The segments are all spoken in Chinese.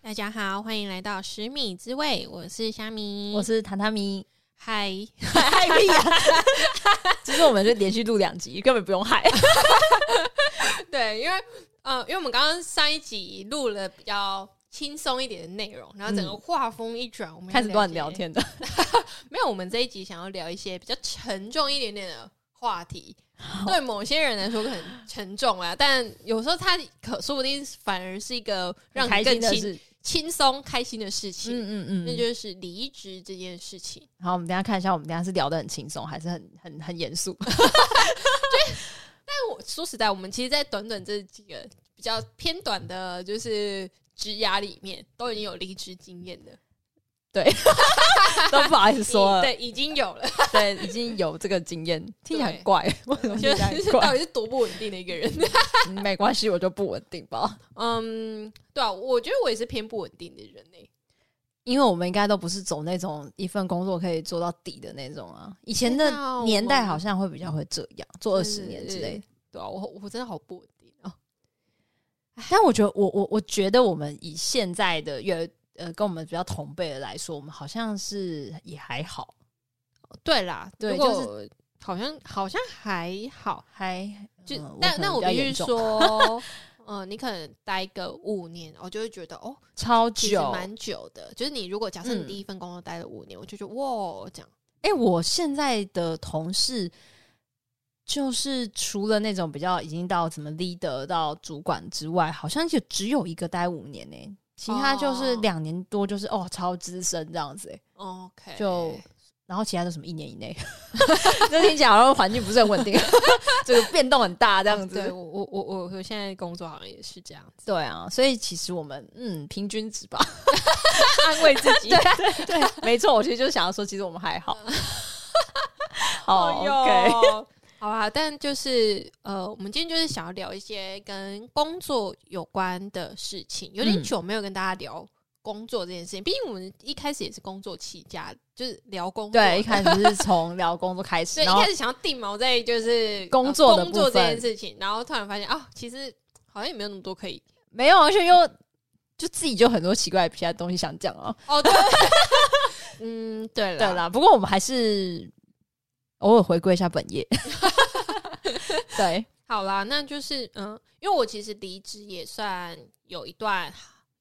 大家好，欢迎来到十米之味，我是虾米，我是榻榻米，嗨，嗨屁啊呀！其实我们就连续录两集，根本不用嗨。 哦对，因为呃，因为我们刚刚上一集录了比较轻松一点的内容，然后整个嗯画风一转，我们要 开始乱一些聊。天的，没有，我们这一集想要聊一些比较沉重一点点的话题。对某些人来说可能沉重啊，但有时候它可说不定反而是一个让 开你更心的轻是，轻松、开心的事情。嗯嗯那嗯。就是离职这件事情。好，我们等一下看一下，我们等一下是聊得很轻松，还是很很很 严肃？我说实在，我们其实，在短短这几个比较偏短的，就是职涯里面，都已经有离职经验的，都不好意思说已了，对，已经有了，对，已经有这个经验，听起来对很怪，为什么听就起来很是怪到？底是多不稳定的一个人。嗯没关系，我就不稳定吧，嗯，对啊，我觉得我也是偏不稳定的人欸呢、因为我们应该都不是走那种一份工作可以做到底的那种啊。以前天哪我的们年代好像会比较会这样，做二十真的年是之类的。对啊，我我真的好不稳定哦。但我觉得，我我我觉得我们以现在的越呃跟我们比较同辈的来说，我们好像是也还好，对啦，对如果就是好像好像还好，还就、呃但可能但嗯我比较必须严重 说，嗯、你可能待个五年，我就会觉得哦，超其实久。蛮久的。就是你如果假设你嗯第一份工作待了五年，我就觉得哇，这样哎、我现在的同事就是除了那种比较已经到什么 leader 到主管之外，好像就只有一个待五年呢、欸其他就是哦两年多，就是哦超资深这样子、欸， OK 就然后其他都什么一年以内， 这听起来好像环境不是很稳定， 这个变动很大这样子。对我我我我我现在工作好像也是这样子，对啊，所以其实我们嗯平均 值吧，安慰自己。对，没错，我其实就想要说，其实我们还好。哦好 OK，哟， 好啊，但就是呃，我们今天就是想要聊一些跟工作有关的事情，有点嗯久没有跟大家聊工作这件事情，毕竟我们一开始也是工作起家，就是聊工作。 对，一开始是从聊工作开始，所以然一后开始想要定锚在就是呃工作的工作部这分件事情，然后突然发现啊、其实好像也没有那么多可以没有，而且又就自己就很多奇怪的其他东西想讲哦。哦， 对，嗯，对了，对啊啦，不过我们还是偶尔回归一下本 业。对，好啦，那就是嗯，因为我其实离职也算有一段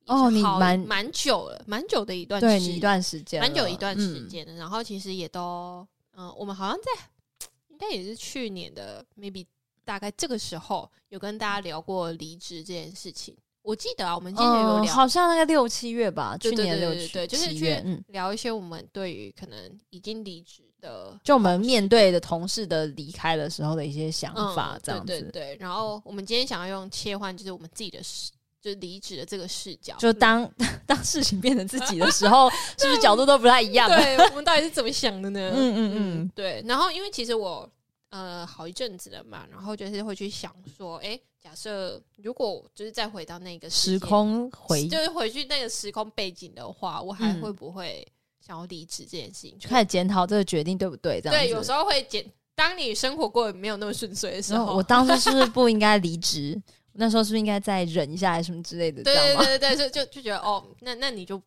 哦你蛮蛮蛮久了，蛮久的一段时，对你一段时间了，蛮久一段时嗯。间的。然后其实也都嗯，我们好像在应该也是去年的 maybe 大概这个时候有跟大家聊过离职这件事情。我记得啊，我们之前有嗯，聊、好像大概六七月吧，对去对对年六对七对，就是七去月嗯，聊一些我们对于可能已经离职的就我们面对的同事的离开的时候的一些想嗯法，这样子。嗯对对对，然后我们今天想要用切换，就是我们自己的视，就是离职的这个视角，就 当当事情变成自己的时候，是不是角度都不太一样？啊对我们到底是怎么想的呢？ 嗯嗯嗯嗯，对。然后因为其实我呃好一阵子了嘛，然后就是会去想说，哎，假设如果就是再回到那个时时间，空回就是回去那个时空背景的话，我还嗯会不会想要离职这件事 情？就开始检讨这个决定对不对？这样对，子。有时候会减。当你生活过得没有那么顺遂的时然候，后我当时是不是不应该离职？那时候是不是应该再忍一下，还是什么之类的？对这对样吗？对对对，就就就觉得哦，那那你就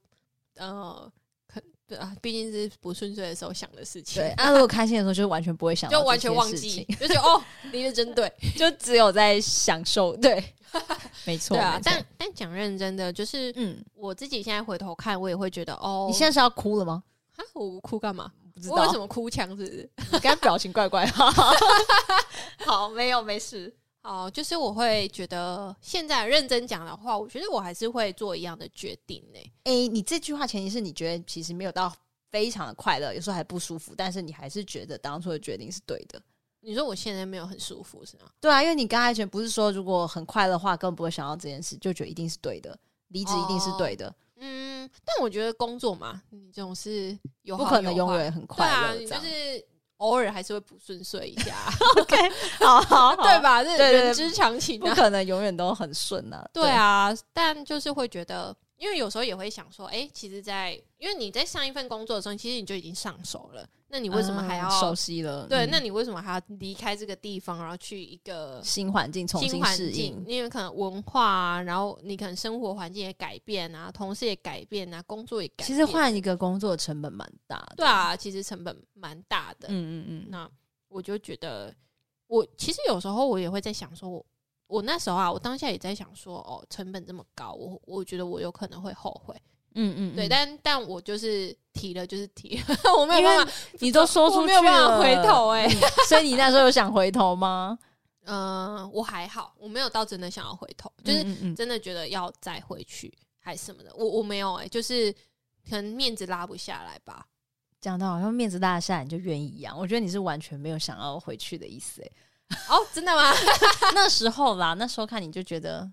呃，可对啊，毕竟是不顺遂的时候想的事情对，，啊，如果开心的时候，就完全不会想，就完全忘记，，就觉得哦，你的针对， 就只有在享受。对， 没错，对啊没。错但但讲认真的，就是嗯，我自己现在回头看，我也会觉得哦，你现在是要哭了吗？在我哭干嘛？不知我有道什，么哭腔是不是？ 你刚才表情怪怪。 好，没有，没事。哦，就是我会觉得现在认真讲的话，我觉得我还是会做一样的决定呢、哎、你这句话前提是你觉得其实没有到非常的快乐，有时候还不舒服，但是你还是觉得当初的决定是对的。你说我现在没有很舒服是吗？对啊，因为你刚才觉得不是说如果很快乐的话，根本不会想到这件事，就觉得一定是对的，离职一定是对的，嗯，但我觉得工作嘛，你总是有不好可有能永坏远很对快啊，乐。你这就样是偶尔还是会不顺遂一下，啊 OK，好 好好，对？吧？这对对人之常情不啊。可能永远都很顺啊。对，啊，但就是会觉得，因为有时候也会想说，哎、其实在，因为你在上一份工作的时候，其实你就已经上手了，那你你为什么还要、熟悉了？对？嗯那你为什么还要离开这个地方，然后去一个新环境重新新环适境应？，因为可能文化啊，然后你可能生活环境也改变啊，同事也改变啊，工作也改变。其实换一个工作成本蛮大的。对啊，其实成本蛮大的。嗯嗯嗯，那我就觉得，我其实有时候我也会在想说我，我那时候啊，我当下也在想说，哦，成本这么高，我我觉得我有可能会后悔。嗯嗯，对，嗯但但我就是提了，就是提了，我没有因为办法，你都说我出去没有办法了回头、欸。哎， 所以你那时候有想回头 吗？ 嗯，我还好，我没有到真的想要回头，就是嗯嗯嗯真的觉得要再回去还是什么的，我我没有哎、就是可能面子拉不下来吧。讲的好像面子大下来你就愿意一样，我觉得你是完全没有想要回去的意思、欸。 哦，真的吗？那时候啦，那时候看你就觉得，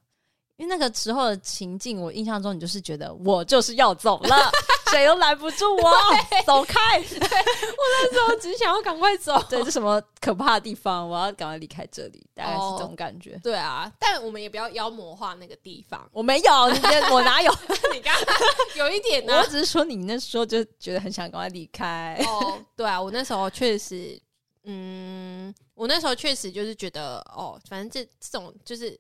因为那个时候的情境，我印象中你就是觉得我就是要走 了，谁都拦不住我，走开。我只想要赶快走。 对，这什么可怕的地方？我要赶快离开这里，大概是这种感觉。。对啊，但我们也不要妖魔化那个地方我没有，你别我哪有？ 你 刚刚有一点呢、我只是说你那时候就觉得很想赶快离开。哦，对啊，我那时候确实，嗯，我那时候确实就是觉得，哦，反正这这种就是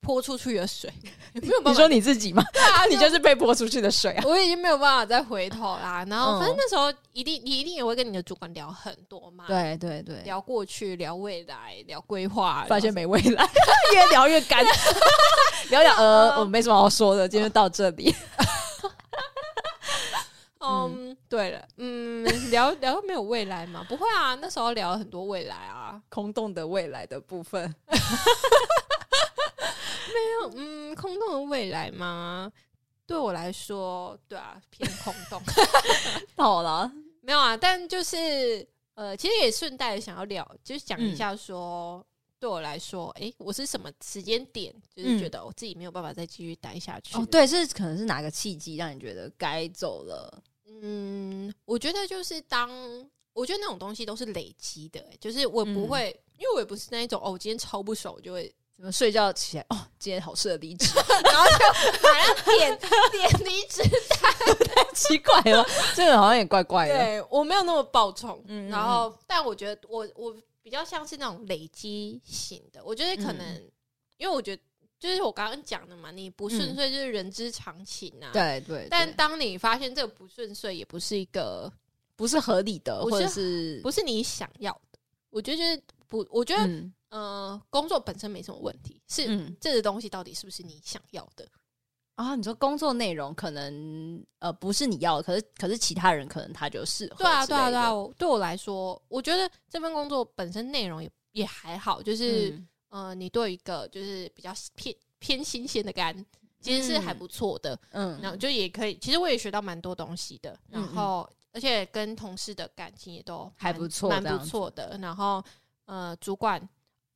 泼出去的水， 没有 你办法说你自己吗？啊，你就是被泼出去的水啊！我已经没有办法再回头啦。然后，嗯反正那时候一定你一定也会跟你的主管聊很多嘛，，对对对，聊过去，聊未来，聊规划，发现然后没未来， 越聊越干。 聊聊 呃，我没什么好说的，今天就到这里。嗯，对了，嗯，聊聊到没有未来嘛？不会啊，那时候聊了很多未来啊，空洞的未来的部分，没有，嗯，空洞的未来吗？对我来说，对啊，偏空洞， 好了，没有啊，但就是呃，其实也顺带想要聊，就是讲嗯一下说。对我来说，诶，我是什么时间点，就是嗯觉得我自己没有办法再继续待下去哦了，对，是可能是哪个契机让你觉得该走了？嗯，我觉得就是当我觉得那种东西都是累积的、欸就是我嗯不会，因为我也不是那一种哦，我今天超不熟我就会 怎么睡觉起来哦，今天好适合离职，马上点点离职， 奇怪了，这个好像也怪怪的。对我没有那么暴冲，嗯然后但我觉得我我比较像是那种累积型的，我觉得可能、因为我觉得就是我刚刚讲的嘛，你不顺嗯遂就是人之常情啊，对对，但对当你发现这个不顺遂，也不是一个不是合理的，不是或者是不是你想要的，我觉得就是不，我觉得嗯呃，工作本身没什么问题，是、嗯这个东西到底是不是你想要的？啊，你说工作内容可能呃不是你要的，可是可是其他人可能他就适合之对类啊，的。对啊，对啊。我对我来说，我觉得这份工作本身内容也也还好，就是、嗯呃，你对一个就是比较偏偏新鲜的干，其实是还不错的。嗯然后就也可以，其实我也学到蛮多东西的。然嗯嗯后，而且跟同事的感情也都还蛮不错蛮这样不错的。然后，呃，主管，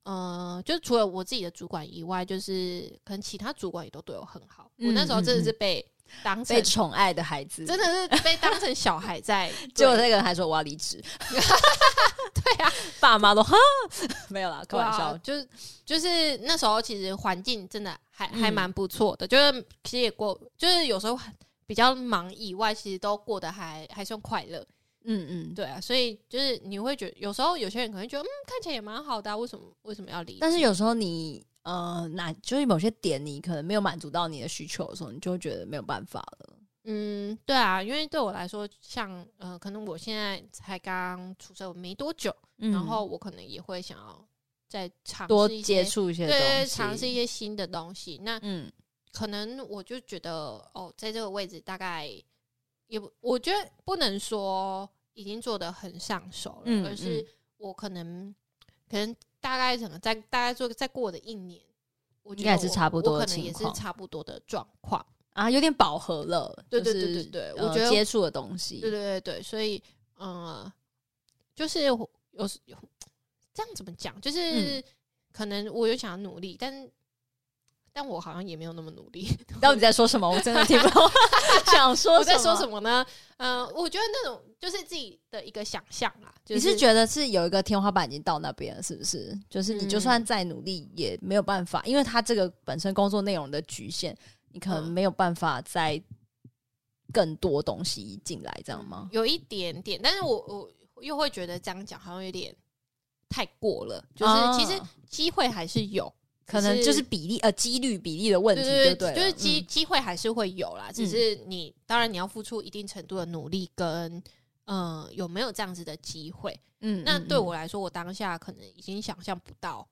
呃，就是除了我自己的主管以外，就是可能其他主管也都对我很好。我那时候嗯嗯真的是被当成被宠爱的孩子，真的是被当成小孩 在结果对那个人还说我要 离职，对啊，爸妈都哈 没有啦，开对玩啊笑。就是就是那时候其实环境真的还嗯还蛮不错的，就是其实也过，就是有时候比较忙以外，其实都过得还还算快乐。嗯嗯，对对。啊，所以就是你会觉得，有时候有些人可能会觉得，嗯，看起来也蛮好的、啊，为什么为什么要离？但是有时候你呃，哪就是某些点你可能没有满足到你的需求的时候，你就会觉得没有办法了。嗯，对啊，因为对我来说，像呃，可能我现在才刚出社会没多久，嗯然后我可能也会想要再尝多试一接些，触一些对东西，对，尝试一些新的东西。那嗯可能我就觉得，哦，在这个位置大概也不，我觉得不能说已经做的很上手了，嗯而是嗯我可能可能大概可能再大概做再过的一年，我觉应得该也是我差不多我的可能也情是况差不多的状况。啊，有点饱和了。对对就对是对对呃我觉得接触的东西，对对对对，所以呃，就是我有时有这样怎么讲，嗯就是、可能我有想要努力，但但我好像也没有那么努力。到底在说什么？我真的听不懂， 想说我在说什么？么呢？呃，我觉得那种就是自己的一个想象啦，就你是觉得是有一个天花板已经到那边了，是不是？就是你就嗯算再努力也没有办法，因为他这个本身工作内容的局限，你可能嗯没有办法再更多东西进来，这样吗？有一点点，但是我我又会觉得这样讲好像有点太过了，就是其实啊机会还是有，可能就是比例呃几率比例的问题，对对了，就是嗯机机会还是会有啦，只是你当然你要付出一定程度的努力跟。嗯，有没有这样子的机会？嗯那嗯对嗯我来说，我当下可能已经想象不到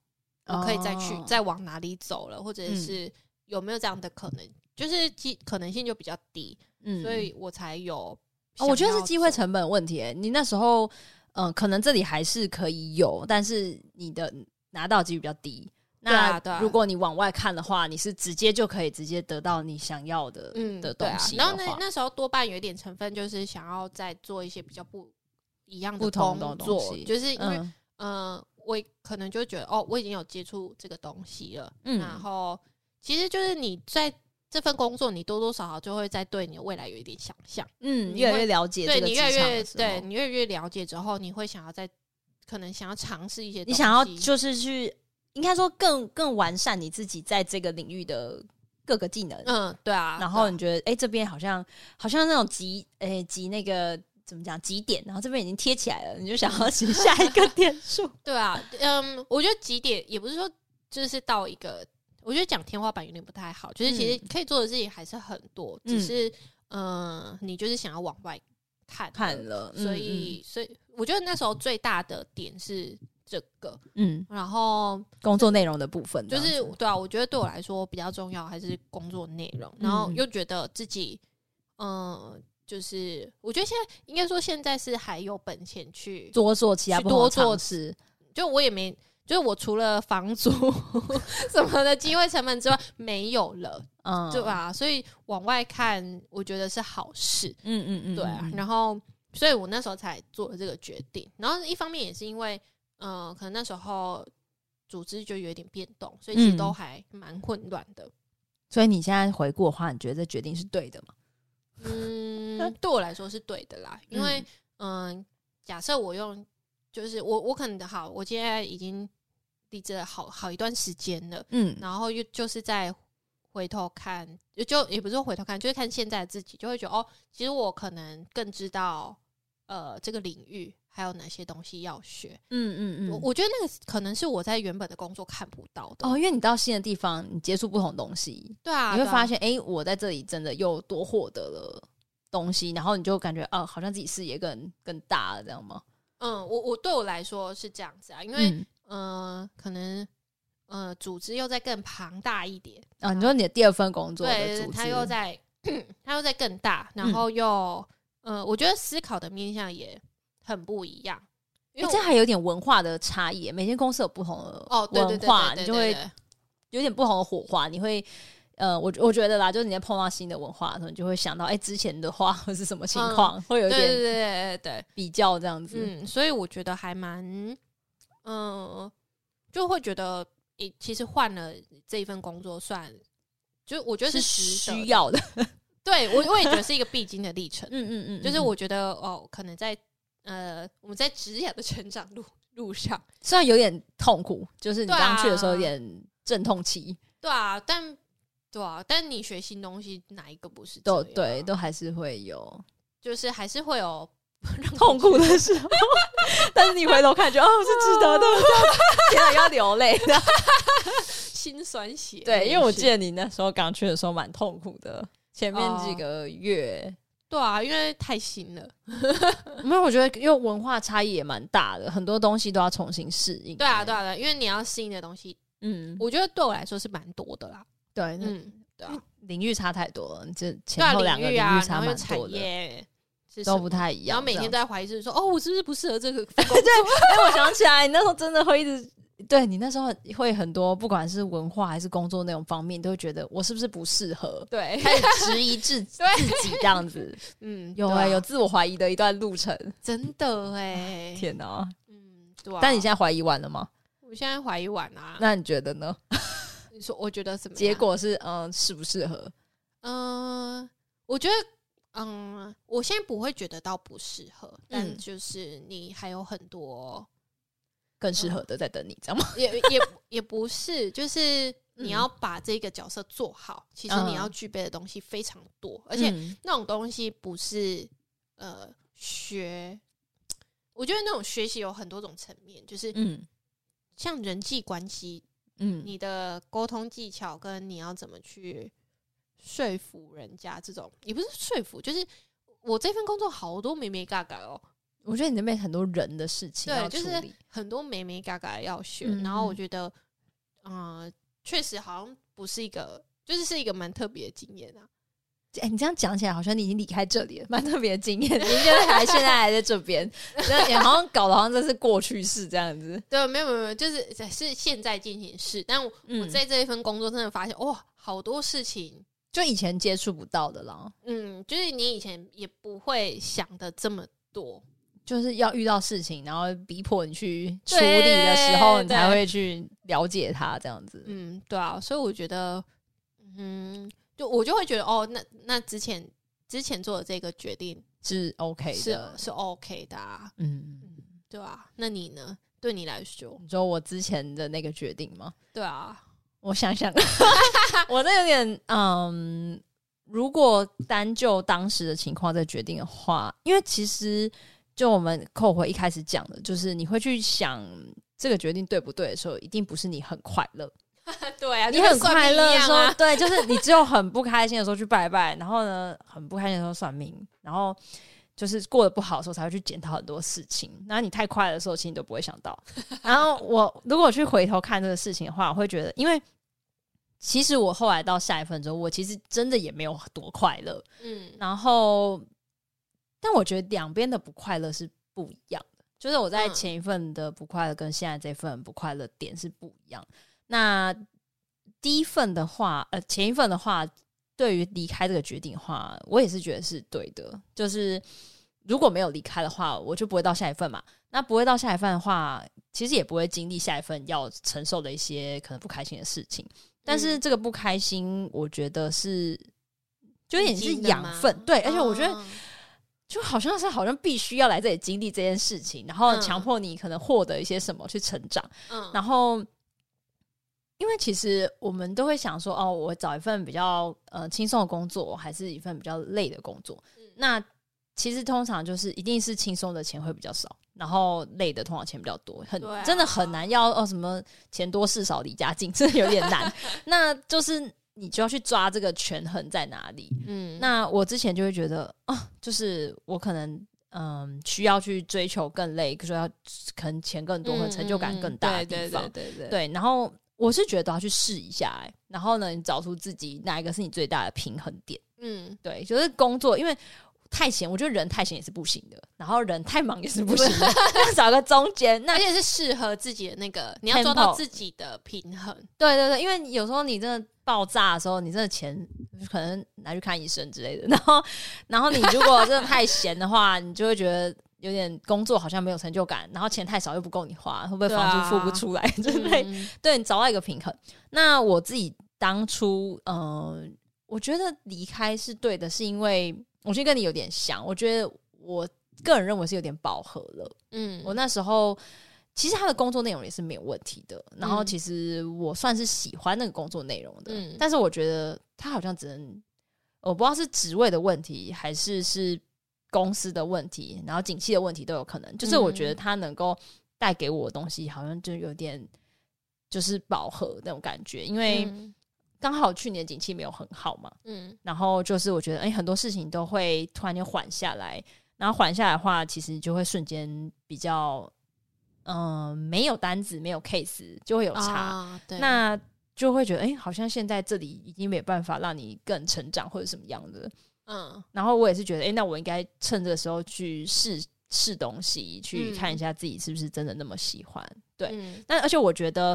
我可以再去、哦再往哪里走了，或者嗯是有没有这样的可能，就是机可能性就比较低，嗯所以我才有哦想要走、我觉得是机会成本的问题欸耶。你那时候，嗯、可能这里还是可以有，但是你的拿到几率比较低。对啊那对啊如果你往外看的话，你是直接就可以直接得到你想要的。嗯的对东啊。西然后的那话那时候多半有一点成分就是想要再做一些比较不一样不的同工的东作西，就是因为、嗯呃，我可能就觉得哦，我已经有接触这个东西了，然嗯，后其实就是你在。这份工作，你多多少少就会在对你的未来有一点想象，嗯，你越来会越了解对这个你职越场来的时候，越对你越来越了解之后，你会想要在可能想要尝试一些东西，你想要就是去，应该说更更完善你自己在这个领域的各个技能。嗯，对啊，然后对你觉得，哎、这边好像好像那种集，哎、集那个怎么讲集点，然后这边已经贴起来了，你就想要写下一 个点数。对啊，嗯，我觉得几点也不是说就是到一个，我觉得讲天花板有点不太好，就是其实可以做的事情还是很多，嗯只是嗯、呃你就是想要往外看看，了，所以、嗯所以我觉得那时候最大的点是这个，嗯，嗯然后工作内容的部分这就样子，是对啊，我觉得对我来说比较重要还是工作内容，然后嗯又觉得自己，嗯，就是我觉得现在应该说现在是还有本钱去多做其他去不同的多做尝试，就我也没，就是我除了房租 什么的机会成本之外，没有了，嗯，对？吧、所以往外看，我觉得是好事，嗯嗯嗯，对啊。嗯然后，所以我那时候才做了这个决定。然后一方面也是因为，呃，可能那时候组织就有点变动，所以其实嗯都还蛮混乱的。所以你现在回顾的话，你觉得这决定是对的吗？嗯，对我来说是对的啦，因为嗯、假设我用，就是我我可能好，我现在已经离职了好好一段时间了。嗯然后又就是在回头看，也就也不是说回头看，就是看现在的自己，就会觉得哦，其实我可能更知道呃这个领域还有哪些东西要学。嗯嗯我我觉得那个可能是我在原本的工作看不到的。哦，因为你到新的地方，你接触不同东西，对啊，你会对啊发现，哎、我在这里真的又多获得了东西，然后你就感觉，啊，好像自己视野更更大了，这样吗？嗯，我我对我来说是这样子啊，因为、嗯，呃，可能呃组织又在更庞大一点，啊，你说你的第二份工作的嗯对，组织，嗯它又在 它又在更大，然后又、呃，我觉得思考的面向也很不一样，因诶为哦这我还有点文化的差异，每间公司有不同的哦，对对文对化，对对你就对会对有点不同的火花，你会。呃，我我觉得啦，就是你在碰到新的文化的时候，你就会想到，哎、之前的话或是什么情况，会有嗯对对对对对点对，比较这样子。嗯，所以我觉得还蛮，嗯、就会觉得，诶、其实换了这一份工作算，就我觉得是值得需的，要的。对我我也觉得是一个必经的历程，嗯嗯嗯，就是嗯，我觉得哦，可能在呃我们在职业的成长路路上。虽然有点痛苦，就是你对啊刚去的时候有点阵痛期，对啊，但对啊，但你学新东西哪一个不是这都样？啊对，都还是会有就是还是会有让痛苦的时候。 但是你回头看，觉得哦，是值得 的，天啊，要流泪。 心酸血泪对，因为我史记得你那时候刚去的时候蛮痛苦的，前面哦几个月，对啊，因为太新了， 没有，我觉得因为文化差异也蛮大的，很多东西都要重新适应。对啊，对，啊，对啊，因为你要适应的东西，嗯，我觉得对我来说是蛮多的啦。对，那嗯，对啊，领域差太多了，这对前后啊，两个领领域啊，然差后又蛮产多的，业是都什不么太一然样。后每天 都在，在怀疑是说，哦，我是不是不适合这个工作？ 哎，我想起来，你那时候真的会一直。对你那时候会很多，不管是文化还是工作那种方面，都会觉得我是不是不适合，对，开始 质疑自自己这样 子。嗯，有对哎、啊有自我怀疑的一段路程。真 的哎，天哪、嗯，对啊。但你现在怀疑完了吗？我现在怀疑完啊啦，那你觉得呢？你说我觉得什么样？结果是嗯，适不适合？嗯，我觉得，嗯，我现在不会觉得到不适合，但嗯就是你还有很多，嗯更适合的在等你，这样吗？也也也不是，就是你要嗯把这个角色做好，其实你要具备的东西非常多，而且嗯那种东西不是呃学，我觉得那种学习有很多种层面，就是嗯像人际关系，嗯你的沟通技巧跟你要怎么去说服人家，这种也不是说服，就是我这份工作好多没没嘎嘎哦，我觉得你那边很多人的事情对要处就是理，很多美美嘎嘎要学，嗯然后我嗯觉得，嗯、确实好像不是一个，就是是一个蛮特别的经验啊。哎、你这样讲起来，好像你已经离开这里了，蛮特别的经验。 你就还现在还在这边，那你好像搞得好像这是过去式这样子。对，没有没有没有，就是是现在进行式，但我,、嗯在这一份工作真的发现，哇，好多事情，就以前接触不到的啦，嗯，就是你以前也不会想的这么多，就是要遇到事情，然后逼迫你去处理的时候，对你才会去了解它这样子。嗯，对啊，所以我觉得，嗯，就我就会觉得，哦，那那之前之前做的这个决定是 OK 是的，是 OK 的、啊，嗯。对啊，那你呢？对你来说，你说我之前的那个决定吗？对啊，我想 想，我那有点嗯，如果单就当时的情况再决定的话，因为其实就我们扣回一开始讲的，就是你会去想这个决定对不对的时候，一定不是你很快乐，对啊，你就跟很算快命乐一的样时候啊，，对，就是你只有很不开心的时候去拜拜，然后呢，很不开心的时候算命，然后就是过得不好的时候才会去检讨很多事情。然后你太快乐的时候，其实你都不会想到。然后我如果去回头看这个事情的话，我会觉得，因为其实我后来到下一份之后，我其实真的也没有多快乐。嗯，然后，但我觉得两边的不快乐是不一样的，就是我在嗯前一份的不快乐跟现在这份不快乐点是不一样。那第一份的话，呃，前一份的话，对于离开这个决定的话，我也是觉得是对的，就是如果没有离开的话，我就不会到下一份嘛。那不会到下一份的话，其实也不会经历下一份要承受的一些可能不开心的事情。但是嗯这个不开心，我觉得是就有已点是经的养吗分，对。而且我觉得嗯就好像是好像必须要来这里经历这件事情，然后嗯强迫你可能获得一些什么去成长。嗯，然后，因为其实我们都会想说，哦，我找一份比较呃轻松的工作，还是一份比较累的工作？嗯那其实通常就是一定是轻松的钱会比较少，然后累的通常钱比较多，很、对啊真的很难要哦什么钱多事少离家近，真的有点难。 那就是你就要去抓这个权衡在哪里。嗯那我之前就会觉得啊，就是我可能嗯需要去追求更累，说要可能钱更嗯多，和成就感更大的地方。对对对对，然后我是觉得要去试一下、欸，然后呢，你找出自己哪一个是你最大的平衡点。嗯，对，就是工作，因为太闲，我觉得人太闲也是不行的，然后人太忙也是不行的， 要找个中间。那而且是适合自己的那个，你要抓 Tempo 到自己的平衡。对对对，因为有时候你真的爆炸的时候，你真的钱可能拿去看医生之类的，然后 然后你如果真的太闲的话，你就会觉得。有点工作好像没有成就感，然后钱太少又不够你花，会不会对房啊租付不出来之类的？嗯对你找到一个平衡。那我自己当初，呃，我觉得离开是对的，是因为我觉得跟你有点像，我觉得我个人认为是有点饱和了。嗯，我那时候其实他的工作内容也是没有问题的，然后嗯其实我算是喜欢那个工作内容的，嗯但是我觉得他好像只能，我不知道是职位的问题还是是公司的问题，然后景气的问题都有可能。就是我嗯觉得他能够带给我的东西，好像就有点就是饱和那种感觉，因为嗯刚好去年景气没有很好嘛，嗯然后就是我觉得，哎、很多事情都会突然间缓下来，然后缓下来的话，其实就会瞬间比较，嗯、没有单子，没有 case，就会有差，啊对，那就会觉得，哎、好像现在这里已经没办法让你更成长或者什么样的。嗯然后我也是觉得，哎、那我应该趁这个时候去试试东西，去嗯看一下自己是不是真的那么喜欢。对，嗯但而且我觉得，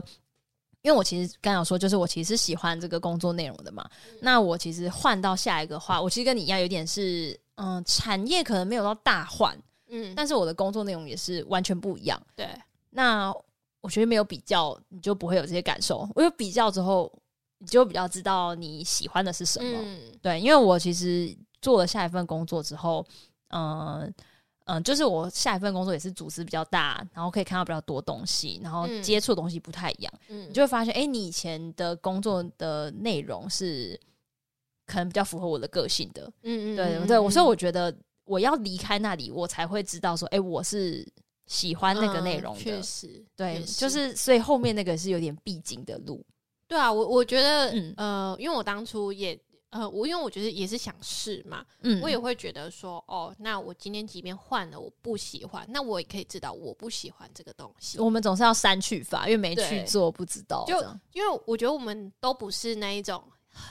因为我其实刚想说，就是我其实是喜欢这个工作内容的嘛。嗯那我其实换到下一个话，我其实跟你一样，有点是嗯，产业可能没有到大换，嗯，但是我的工作内容也是完全不一样。对，那我觉得没有比较，你就不会有这些感受。我有比较之后，你就比较知道你喜欢的是什么。嗯对，因为我其实做了下一份工作之后，嗯、呃。嗯，就是我下一份工作也是组织比较大，然后可以看到比较多东西，然后嗯接触的东西不太一样，嗯你就会发现，哎、你以前的工作的内容是可能比较符合我的个性的，嗯对对，我所以我觉得我要离开那里，我才会知道说，哎、我是喜欢那个内容嗯的，确实，对，确实就是所以后面那个是有点必经的路，对啊，我我觉得，嗯呃，因为我当初也，呃，我因为我觉得也是想试嘛，嗯，我也会觉得说，哦，那我今天即便换了，我不喜欢，那我也可以知道我不喜欢这个东西，我们总是要删去法，因为没去对做不知道这就样，因为我觉得我们都不是那一种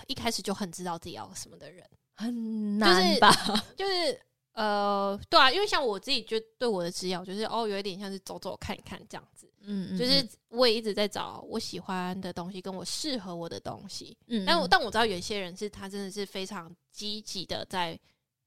一开始就很知道自己要什么的人，很就难是吧？就是。呃，对啊，因为像我自己就对我的职业，我就是哦，有一点像是走走看看这样子，嗯，嗯就是我也一直在找我喜欢的东西跟我适合我的东西，嗯，但我嗯但我知道有一些人是他真的是非常积极的在，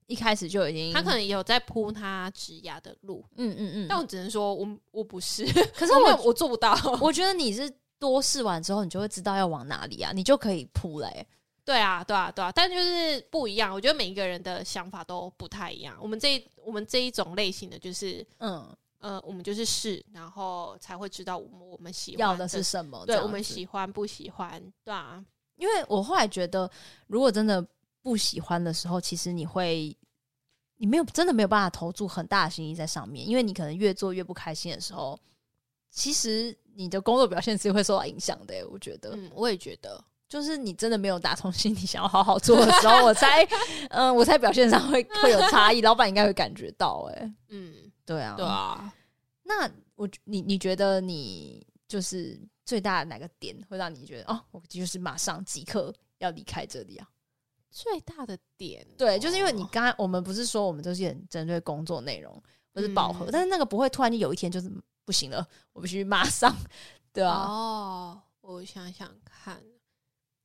一开始就已经，他可能也有在铺他职涯的路，嗯嗯嗯，但我只能说我我不是，可可是 我我我做不到。我觉得你是多试完之后，你就会知道要往哪里啊，你就可以铺嘞、对啊，对啊，对啊，但就是不一样。我觉得每一个人的想法都不太一样。我们这一我们这一种类型的就是嗯，呃，我们就是试，然后才会知道我们我们喜欢要的是什么？对这样我们子喜欢不喜欢，对啊，因为我后来觉得，如果真的不喜欢的时候，其实你会，你没有真的没有办法投注很大的心意在上面，因为你可能越做越不开心的时候，其实你的工作表现是会受到影响的、欸我觉得，嗯，我也觉得，就是你真的没有打从心 底想要好好做的时候，我才， 嗯，我才表现上会会有差 异，老板应该会感觉到、哎，嗯，对啊，对。啊，那我你你觉得你就是最大的哪个点会让你觉得哦，我就是马上即刻要离开这里啊？最大的点哦，对，就是因为你刚才我们不是说我们都是很针对工作内容或是饱和，嗯但是那个不会突然就有一天就是不行了，我必须马上，对啊，哦，我想想看，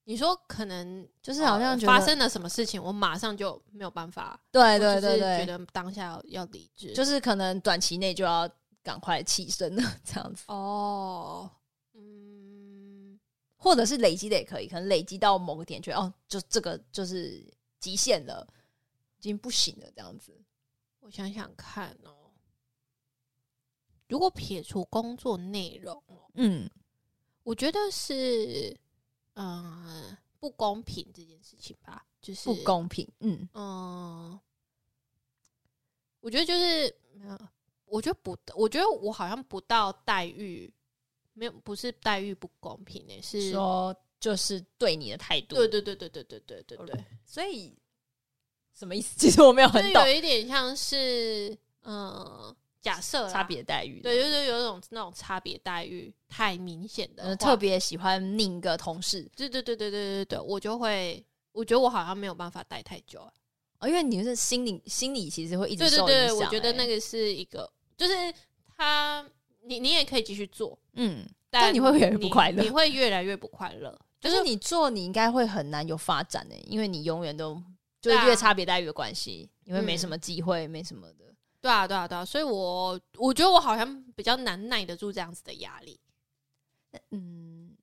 你说可能就是好像呃觉得、发生了什么事情，我马上就没有办法，对我对就是对觉对，得当下要要理智，就是可能短期内就要赶快起身了 这样子，哦，嗯，或者是累积的也可以，可能累积到某个点，觉得哦，就这个就是极限了，已经不行了这样子。我想想看哦，如果撇除工作内容哦，嗯，我觉得是嗯、呃不公平这件事情吧，就是不公平，嗯嗯，我觉得就是，嗯我觉得不，我觉得我好像不到待遇，没有不是待遇不公平诶、是，说就是对你的态度，对对对对对对对对好对，所以什么意思？其 实我没有就是很懂有一点像是，嗯，假设啦差，别待遇的，对，就是有一种那种差别待遇太明显的呃，话，特别喜欢另一个同事，对对对对对对对，我就会，我觉得我好像没有办法待太久、啊哦，因为你是心理心理其实会一直对对受对，影我响觉得那欸个是一个，就是他，你你也可以继续做。嗯，但但你会越来越不快乐你会越来越不快乐。就就是是你做你应该会很难有发展的，因为你永远都就对是啊越差别待遇的关系，你会没嗯什么机会，没什么的。对啊，对啊，对啊，所以我我觉得我好像比较难耐得住这样子的压力。嗯，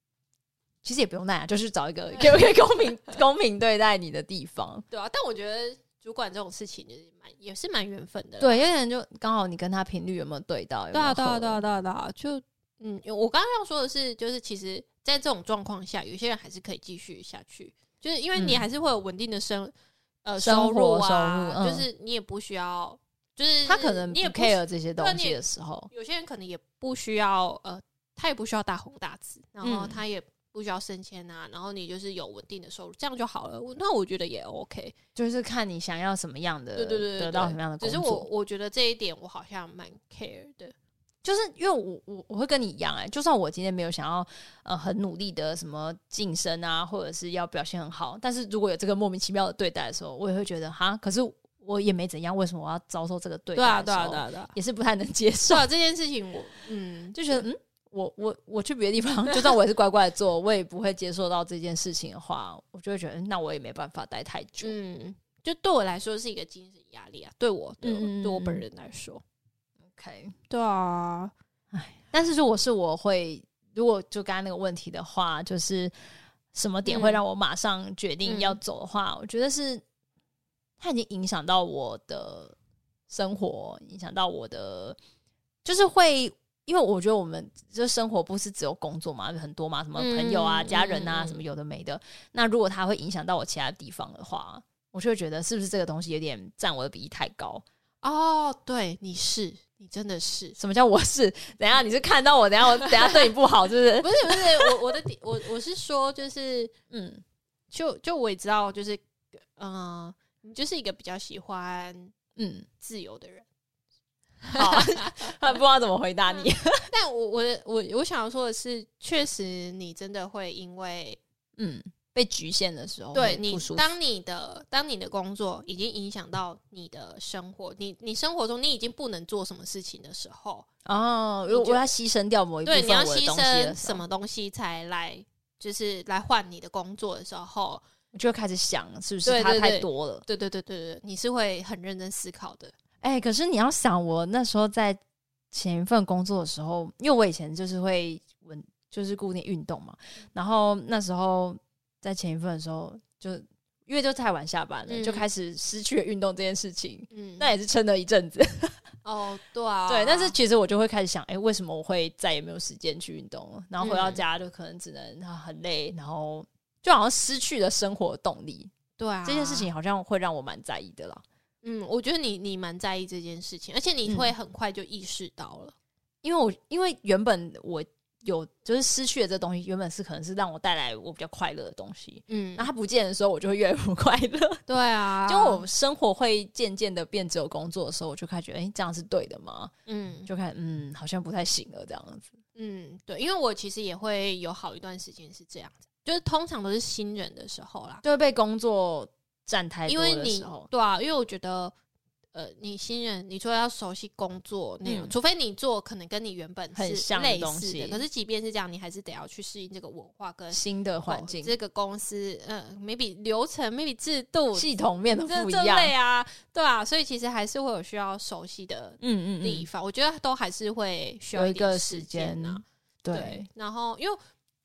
其实也不用那样，就是找一个啊可以可以公平公平对待你的地方。对啊，但我觉得主管这种事情就是蛮也是蛮缘分的。对，有点就刚好你跟他频率有没有对到？有啊对没啊，有对啊，合对啊，对啊，对啊，就嗯，我刚刚要说的是，就是其实在这种状况下，有些人还是可以继续下去，就是因为你嗯还是会有稳定的生呃生收入活啊，收入嗯就是你也不需要，就是他可能你不也不 care 这些东对你西也的时候，有些人可能也不需要呃，他也不需要大红大紫，然后嗯他也不需要升迁啊，然后你就是有稳定的收入，这样就好了。我那我觉得也 OK。就是看你想要什么样的，对对对对得到对什么样的工只作。是我我觉得这一点我好像蛮 care 的。就是因为我我我会跟你一样哎、就算我今天没有想要呃很努力的什么晋升啊，或者是要表现很好，但是如果有这个莫名其妙的对待的时候，我也会觉得哈，可是我也没怎样，为什么我要遭受这个对对啊，待的对时啊，候？对啊，对啊，也是不太能接 受对，啊，这件事情我嗯 就觉得嗯，我我我去别的地 方，就算我也是乖乖的做，我也不会接受到这件事情的话，我就会觉得嗯那我也没办法待太久。嗯，就对我来说是一个精神压力啊，对我对我嗯嗯嗯对我本嗯人来说， OK，对啊，但是如果是我会，如果就刚刚那个问题的话，就是什么点嗯会让我马上决定嗯要走的话，我觉得是它已经影响到我的生活，影响到我的，就是会。因为我觉得我们这生活不是只有工作嘛，很多嘛，什么朋友啊、嗯家人啊，嗯嗯什么有的没的。那如果它会影响到我其他地方的话，我就会觉得是不是这个东西有点占我的比例太高？哦，对，你是，你真的是，什么叫我是？ 等一下你是看到我，等一下我等一下对你不好，是不是？不是不是，我我的点我我是说，就是嗯，就就我也知道，就是嗯、呃你就是一个比较喜欢嗯，自由的人， 好，嗯不知道怎么回答你。但我我的我我想要说的是，确实你真的会因为嗯，被局限的时候，对会你哦不舒，服。当你的当你的工作已经影响到你的生活，你你生活中你已经不能做什么事情的时候，哦，你如就果我要牺牲掉某一部对，分你要我的牺东西啊牲的时候什，么东西才来，就是来换你的工作的时候，我就会开始想是不对是它对太对多了？对对对对对，你是会很认真思考的。哎、可是你要想，我那时候在前一份工作的时候，因为我以前就是会稳，就是固定运动嘛。然后那时候在前一份的时候，就因为就太晚下班了，嗯就开始失去了运动这件事情。嗯，那也是撑了一阵子，哦，对啊，对。但是其实我就会开始想，哎、为什么我会再也没有时间去运动了？然后回到嗯家就可能只能啊很累，然后就好像失去了生活动力。对啊，这件事情，好像会让我蛮在意的啦。嗯，我觉得你你蛮在意这件事情，而且你嗯会很快就意识到了。因为我因为原本我有就是失去了这东西，原本是可能是让我带来我比较快乐的东西，嗯那它不见的时候，我就会越来越不快乐。对啊，就我生活会渐渐的变只有工作的时候，我就开始觉得，哎、这样是对的吗？嗯就看，嗯，好像不太行了，这样子。嗯，对，因为我其实也会有好一段时间是这样子，就是通常都是新人的时候啦，就会被工作占太因多为的你时候，对啊，因为我觉得。呃，你新人，你说要熟悉工作内容，嗯除非你做可能跟你原本很是像的类东似的，西可是即便是这样，你还是得要去适应这个文化跟新的环哦境、这个公司，呃，maybe 流程，maybe 制度，系统面的这不一这样。类啊，对啊，所以其实还是会有需要熟悉的嗯嗯地嗯，方，我觉得都还是会需要有一点个时啊时间呢、，对。然后，因为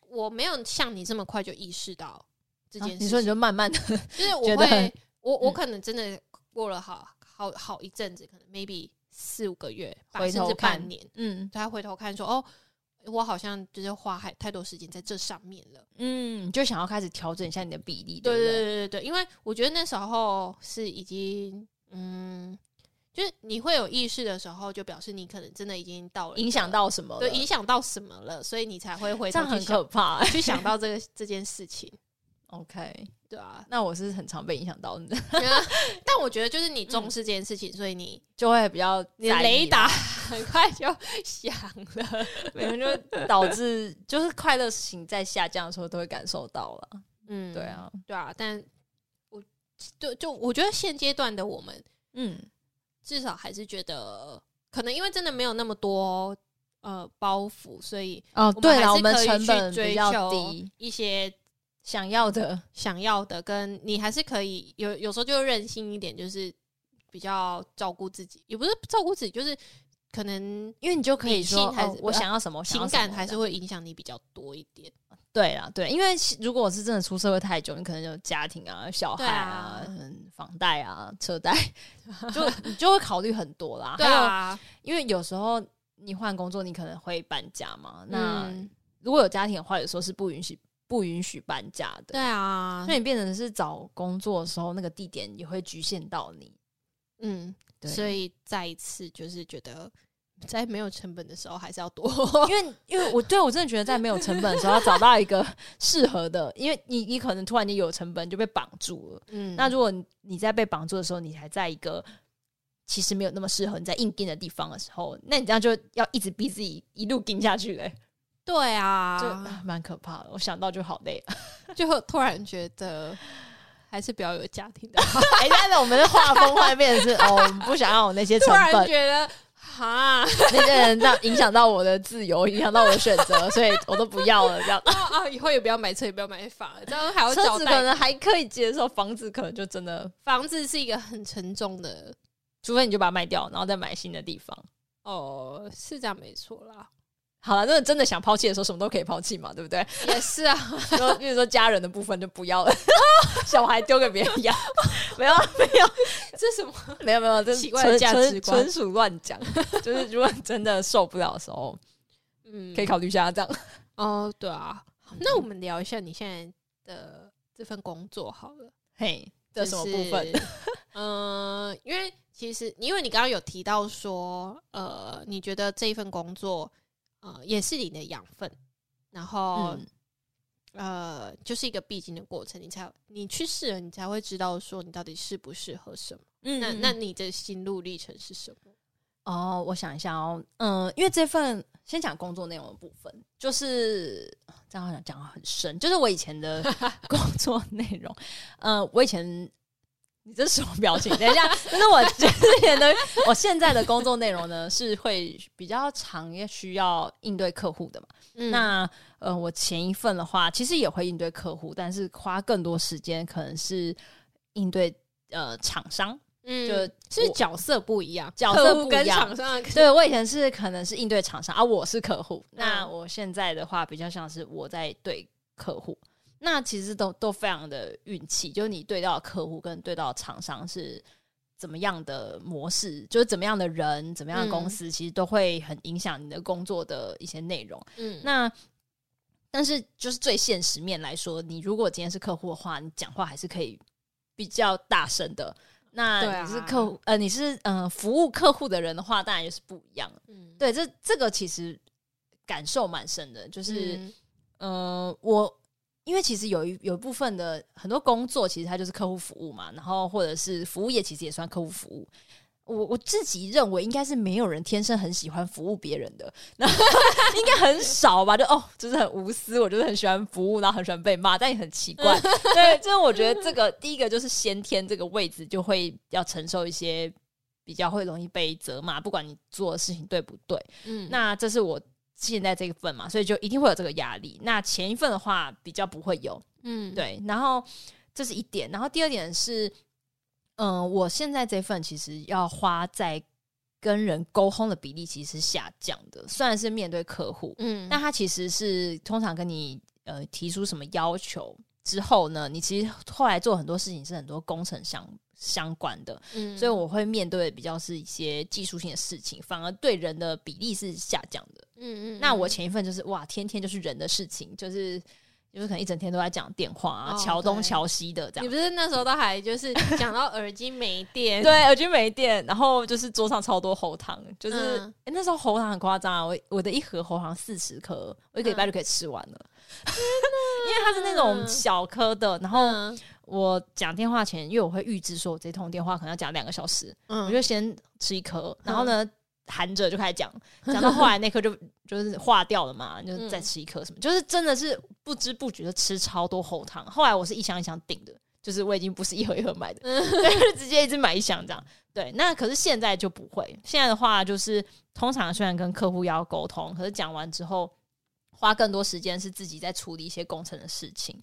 我没有像你这么快就意识到这啊件事情，你说你就慢慢的，就是我觉得会很，我我嗯可能真的过了好好好一阵子，可能 maybe 四五个月吧，回甚头至半看年，嗯才回头看说哦。我好像就是花还太多时间在这上面了，嗯，你就想要开始调整一下你的比例，对不对对，对对对，因为我觉得那时候是已经，嗯，就是你会有意识的时候，就表示你可能真的已经到了一影响个到什么了？对影响到什么了，所以你才会回这头样去很想可怕、欸去想到这个这件事情， OK，。对啊那我是很常被影响到的， 但我觉得就是你重视这件事情，所以你就会比较你的在意雷达啦，很快就响了。可能就导致就是快乐型在下降的时候都会感受到了。嗯对，啊，对啊。但我就就我觉得现阶段的我们，嗯，至少还是觉得，可能因为真的没有那么多呃包袱，所以哦我对还了，我是们可以成去本追比较求低，一些想要的想要的，跟你还是可以有有时候就任性一点，就是比较照顾自己，也不是照顾自己，就是可能因为你就可理以性说，还哦是我想要什么，我想情要什感么还这是样会影响你比较多一点。对啦，对，因为如果我是真的出社会太久，你可能有家庭啊、小孩对啊啊、嗯房贷啊、车贷，就你就会考虑很多啦。对还有啊，因为有时候你换工作，你可能会搬家嘛。那嗯，如果有家庭的话，有时候是不允许不允许搬家的。对啊所，以你变成是找工作的时候，那个地点也会局限到你。嗯，对，所以再一次就是觉得。在没有成本的时候，还是要 多 因为因为我对我真的觉得在没有成本的时候，要找到一个适合的，因为你你可能突然间有成本就被绑住了。嗯那如果你你在被绑住的时候，你还在一个其实没有那么适合你在硬盯的地方的时候，那你这样就要一直逼自己一路盯下去嘞、对啊，就啊蛮可怕的。我想到就好累。啊就突然觉得还是不要有家庭 的， 哎，但是我们的画风会变成是哦，我们不想要有那些成突然本，觉得哈那些人让影响到我的自由，影响到我的选择，所以我都不要了。这样啊啊，以后也不要买车，也不要买房，这样还要车找子可贷。能还可以接受，房子可能就真的，房子是一个很沉重的，除非你就把它卖掉，然后再买新的地方。哦，是这样没错啦。好了，那真的想抛弃的时候，什么都可以抛弃嘛，对不对？也是啊，说，比如说家人的部分就不要了， 小孩丢给别人养， 没有啊没有 这什么？没有没有，这奇怪的价值观 纯纯属乱讲。就是如果真的受不了的时候，嗯，可以嗯考虑一下这样。哦，对啊。那我们聊一下你现在的这份工作好了，嘿，这就什么部 分？是？嗯、因为其实因为你刚刚有提到说，呃，你觉得这一份工作，呃，也是你的养分，然后、嗯呃，就是一个必经的过程，你才你去试了，你才会知道说你到底适不适合什么。嗯那那你的心路历程是什么？哦，我想一下哦，嗯，因为这份先讲工作内容的部分，就是这样好像讲得很深，就是我以前的工作内容，呃，我以前。你这是什么表情？等一下，但是我之前的我现在的工作内容呢，是会比较长，也需要应对客户的嘛。嗯那呃，我前一份的话，其实也会应对客户，但是花更多时间可能是应对呃厂商，嗯就是我角色不一样，角色客户不一跟样厂商的对我以前是可能是应对厂商啊，我是客户。那嗯我现在的话，比较像是我在对客户。那其实都都非常的运气，就是你对到的客户跟对到的厂商是怎么样的模式，就是怎么样的人、怎么样的公嗯司，其实都会很影响你的工作的一些内容。嗯那但是就是最现实面来说，你如果今天是客户的话，你讲话还是可以比较大声的。对那啊你是客户，呃，你是呃服务客户的人的话，当然也是不一样。嗯，对，这这个其实感受蛮深的，就是嗯嗯、呃我因为其实有一有一部分的很多工作，其实它就是客户服务嘛，然后或者是服务业，其实也算客户服务。我我自己认为应该是没有人天生很喜欢服务别人的，然后 应该很少吧？就哦，就是很无私，我就是很喜欢服务，然后很喜欢被骂，但也很奇怪。对，就是我觉得这个第一个就是先天这个位置就会要承受一些比较会容易被责骂，不管你做的事情对不对。嗯那这是我现在这一份嘛，所以就一定会有这个压力。那前一份的话比较不会有，嗯，对。然后这是一点，然后第二点是，嗯、我现在这份其实要花在跟人沟通的比例其实是下降的，虽然是面对客户，嗯，那他其实是通常跟你呃提出什么要求之后呢，你其实后来做很多事情是很多工程相相关的，嗯所以我会面对的比较是一些技术性的事情，反而对人的比例是下降的。嗯嗯，那嗯我前一份就是哇，天天就是人的事情，就是就是可能一整天都在讲电话啊，哦桥东对桥西的这你样不。是那时候都还 就是讲到耳机没电，对，耳机没电，然后就是桌上超多喉糖，就是、嗯诶那时候喉糖很夸张啊，我我的一盒喉糖四十颗，我一个礼拜就可以吃完了，因为它是那种小颗的。然后嗯，我讲电话前，因为我会预知说我这通电话可能要讲两个小时，嗯我就先吃一颗，然后呢含着就开始讲，讲到后来那颗就就是化掉了嘛，就是再吃一颗什么，就是真的是不知不觉的吃超多喉糖。后来我是一箱一箱订的，就是我已经不是一盒一盒买的，嗯对，就直接一直买一箱这样。对，那可是现在就不会，现在的话就是通常虽然跟客户要沟通，可是讲完之后。花更多时间是自己在处理一些工程的事情，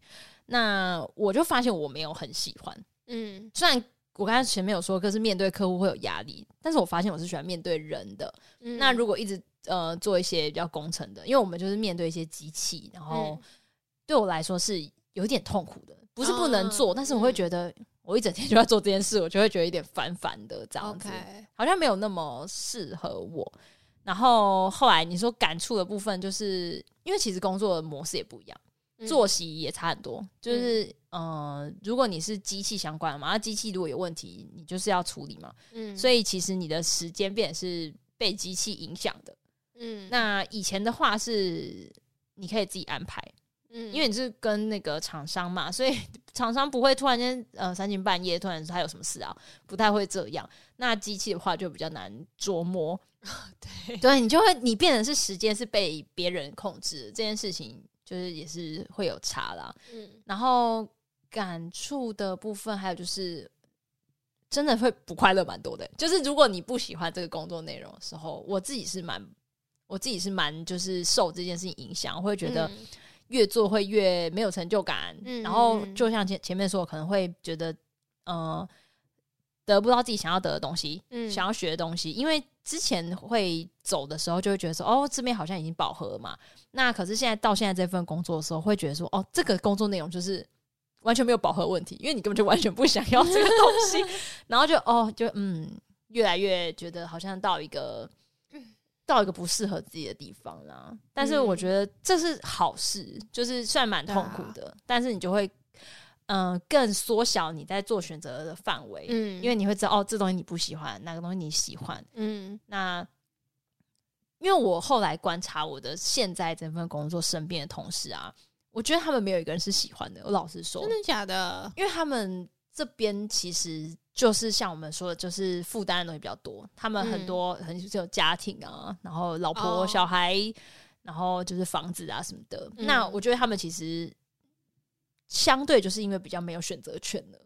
那我就发现我没有很喜欢， 嗯虽然我刚才前面有说，可是面对客户会有压力，但是我发现我是喜欢面对人的。嗯，那如果一直呃做一些比较工程的，因为我们就是面对一些机器，然后嗯对我来说是有点痛苦的，不是不能做，哦但是我会觉得我一整天就要做这件事，我就会觉得有点烦烦的这样子嗯 OK，好像没有那么适合我。然后后来你说感触的部分，就是因为其实工作的模式也不一样。嗯作息也差很多，就是呃，如果你是机器相关的嘛，那机器如果有问题，你就是要处理嘛，嗯，所以其实你的时间变得是被机器影响的。嗯那以前的话是你可以自己安排，嗯因为你是跟那个厂商嘛，所以 厂商不会突然间呃三更半夜突然说他有什么事啊，不太会这样。那机器的话就比较难琢磨， 对对你就会你变成是时间是被别人控制的这件事情，就是也是会有差啦。嗯然后感触的部分，还有就是真的会不快乐蛮多的。就是如果你不喜欢这个工作内容的时候，我自己是蛮，我自己是蛮就是受这件事情影响，我会觉得嗯越做会越没有成就感。嗯然后嗯嗯就像前前面说，我可能会呃觉得，嗯、得不到自己想要得的东西，嗯想要学的东西，因为之前会走的时候，就会觉得说，哦，这边好像已经饱和了嘛。那可是现在到现在这份工作的时候，会觉得说，哦，这个工作内容就是完全没有饱和问题，因为你根本就完全不想要这个东西，然后就哦，就嗯，越来越觉得好像到一个到一个不适合自己的地方啦。但是我觉得这是好事，就是虽然蛮痛苦的，但是你就会嗯、呃更缩小你在做选择的范围，嗯因为你会知道哦，这东西你不喜欢，哪个东西你喜欢。嗯那因为我后来观察我的现在这份工作身边的同事啊，我觉得他们没有一个人是喜欢的。我老实说，真的假的？因为他们这边其实就是像我们说的，就是负担的东西比较多。他们很多很就是有家庭啊，然后老婆、嗯哦小孩，然后就是房子啊什么的。嗯那我觉得他们其实相对就是因为比较没有选择权了，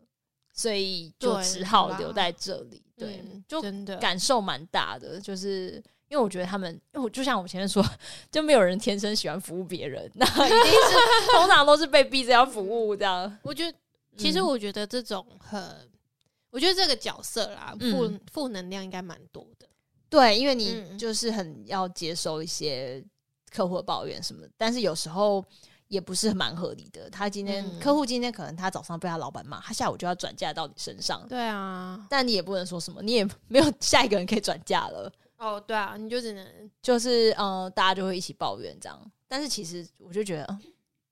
所以就对只好啦留在这里。对，嗯就真的感受蛮大的，就是。因为我觉得他们，因为我就像我前面说，就没有人天生喜欢服务别人，那 一定是通常都是被逼着要服务这样。我觉得，其实嗯我觉得这种很，我觉得这个角色啦，负嗯负能量应该蛮多的。对，因为嗯你就是很要接受一些客户的抱怨什么的，但是有时候也不是蛮合理的。他今天、嗯客户今天可能他早上被他老板骂，他下午就要转嫁到你身上，对啊，但你也不能说什么，你也 没有下一个人可以转嫁了。哦，对啊，你就只能就是嗯、呃大家就会一起抱怨这样。但是其实我就觉得，呃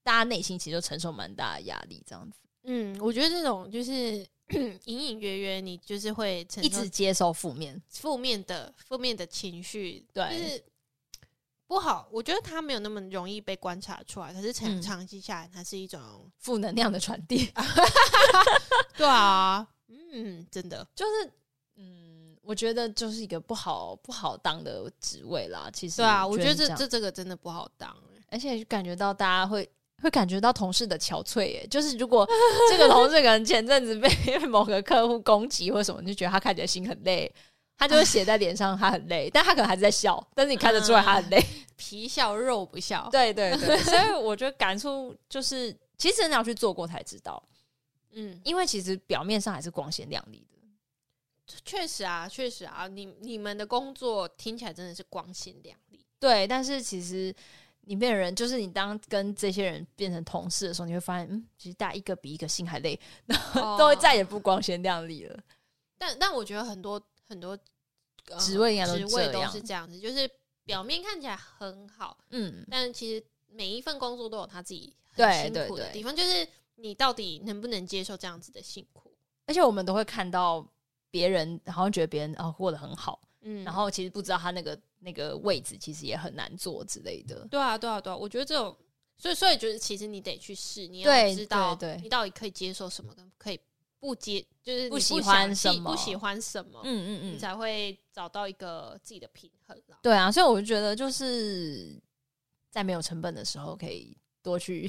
大家内心其实就承受蛮大的压力，这样子嗯，我觉得这种就是 隐隐约约，你就是会承一受直接受负面。负面的负面的情绪，对就是不好。我觉得它没有那么容易被观察出来，可是长嗯长期下来，它是一种负能量的传递， 对啊，嗯，真的，就是嗯，我觉得就是一个不好不好当的职位啦。其实对啊，我觉得是这样这这个真的不好当、欸而且感觉到大家会会感觉到同事的憔悴耶，就是如果这个同事可能前阵子被 某个客户攻击或什么，你就觉得他看起来心很累，他就会写在脸上，他很累，但他可能还是在笑，但是你看得出来他很 累。皮笑肉不笑，嗯对对对，所以我觉得感触就是，其实真的要去做过才知道，嗯，因为其实表面上还是光鲜亮丽的。确实啊，确实啊，你你们的工作听起来真的是光鲜亮 丽，对，但是其实里面的人，就是你当跟这些人变成同事的时候，你会发现，嗯，其实大家一个比一个心还累， 哦都会再也不光鲜亮丽了。但但我觉得很多很多、呃职位应该都职位这都样是这样子，就是表面看起来很好，嗯，但其实每一份工作都有他自己很对辛对苦的对地方，就是你到底能不能接受这样子的辛苦？而且我们都会看到别人，好像觉得别人啊、过得很好，嗯然后其实不知道他那个那个位置其实也很难做之类的。对啊，对啊，对啊，我觉得这种，所以所以就是其实你得去试，你要对知道对对你到底可以接受什么，跟可以不接，就是你不不喜欢想什么不喜欢什么，嗯你才会找到一个自己的平衡啦。对啊，所以我就觉得就是在没有成本的时候，可以多 去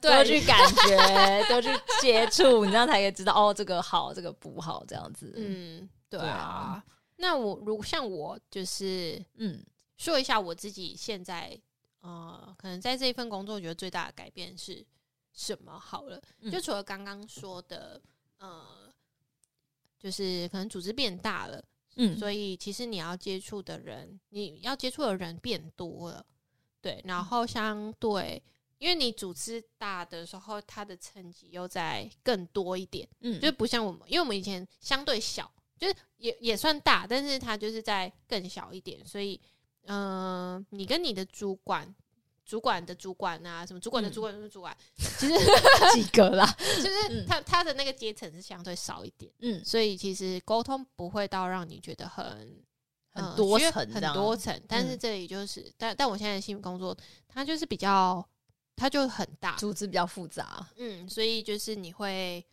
多去感觉， 多去接触，你这样才可以知道哦，这个好，这个不好，这样子。嗯嗯，对对啊啊。那我如像我就是嗯说一下我自己现在呃，可能在这一份工作，我觉得最大的改变是什么？好了，嗯就除了刚刚说的呃，就是可能组织变大了。嗯，所以其实你要接触的人，你要接触的人变多了，对，嗯然后相对，因为你组织大的时候，它的层级又在更多一点，嗯就是不像我们，因为我们以前相对小，就是也也算大，但是它就是在更小一点，所以，嗯、你跟你的主管。主管的主管啊，什么主管的嗯主管什么主管， 几个啦。就是他他的那个阶层是相对少一点，嗯，所以其实沟通不会到让你觉得很嗯很呃多觉得层这很样嗯多层。但是这里就是，但但我现在的新工作，它就是比较，它就很大，组织比较复杂。嗯，所以就是你会，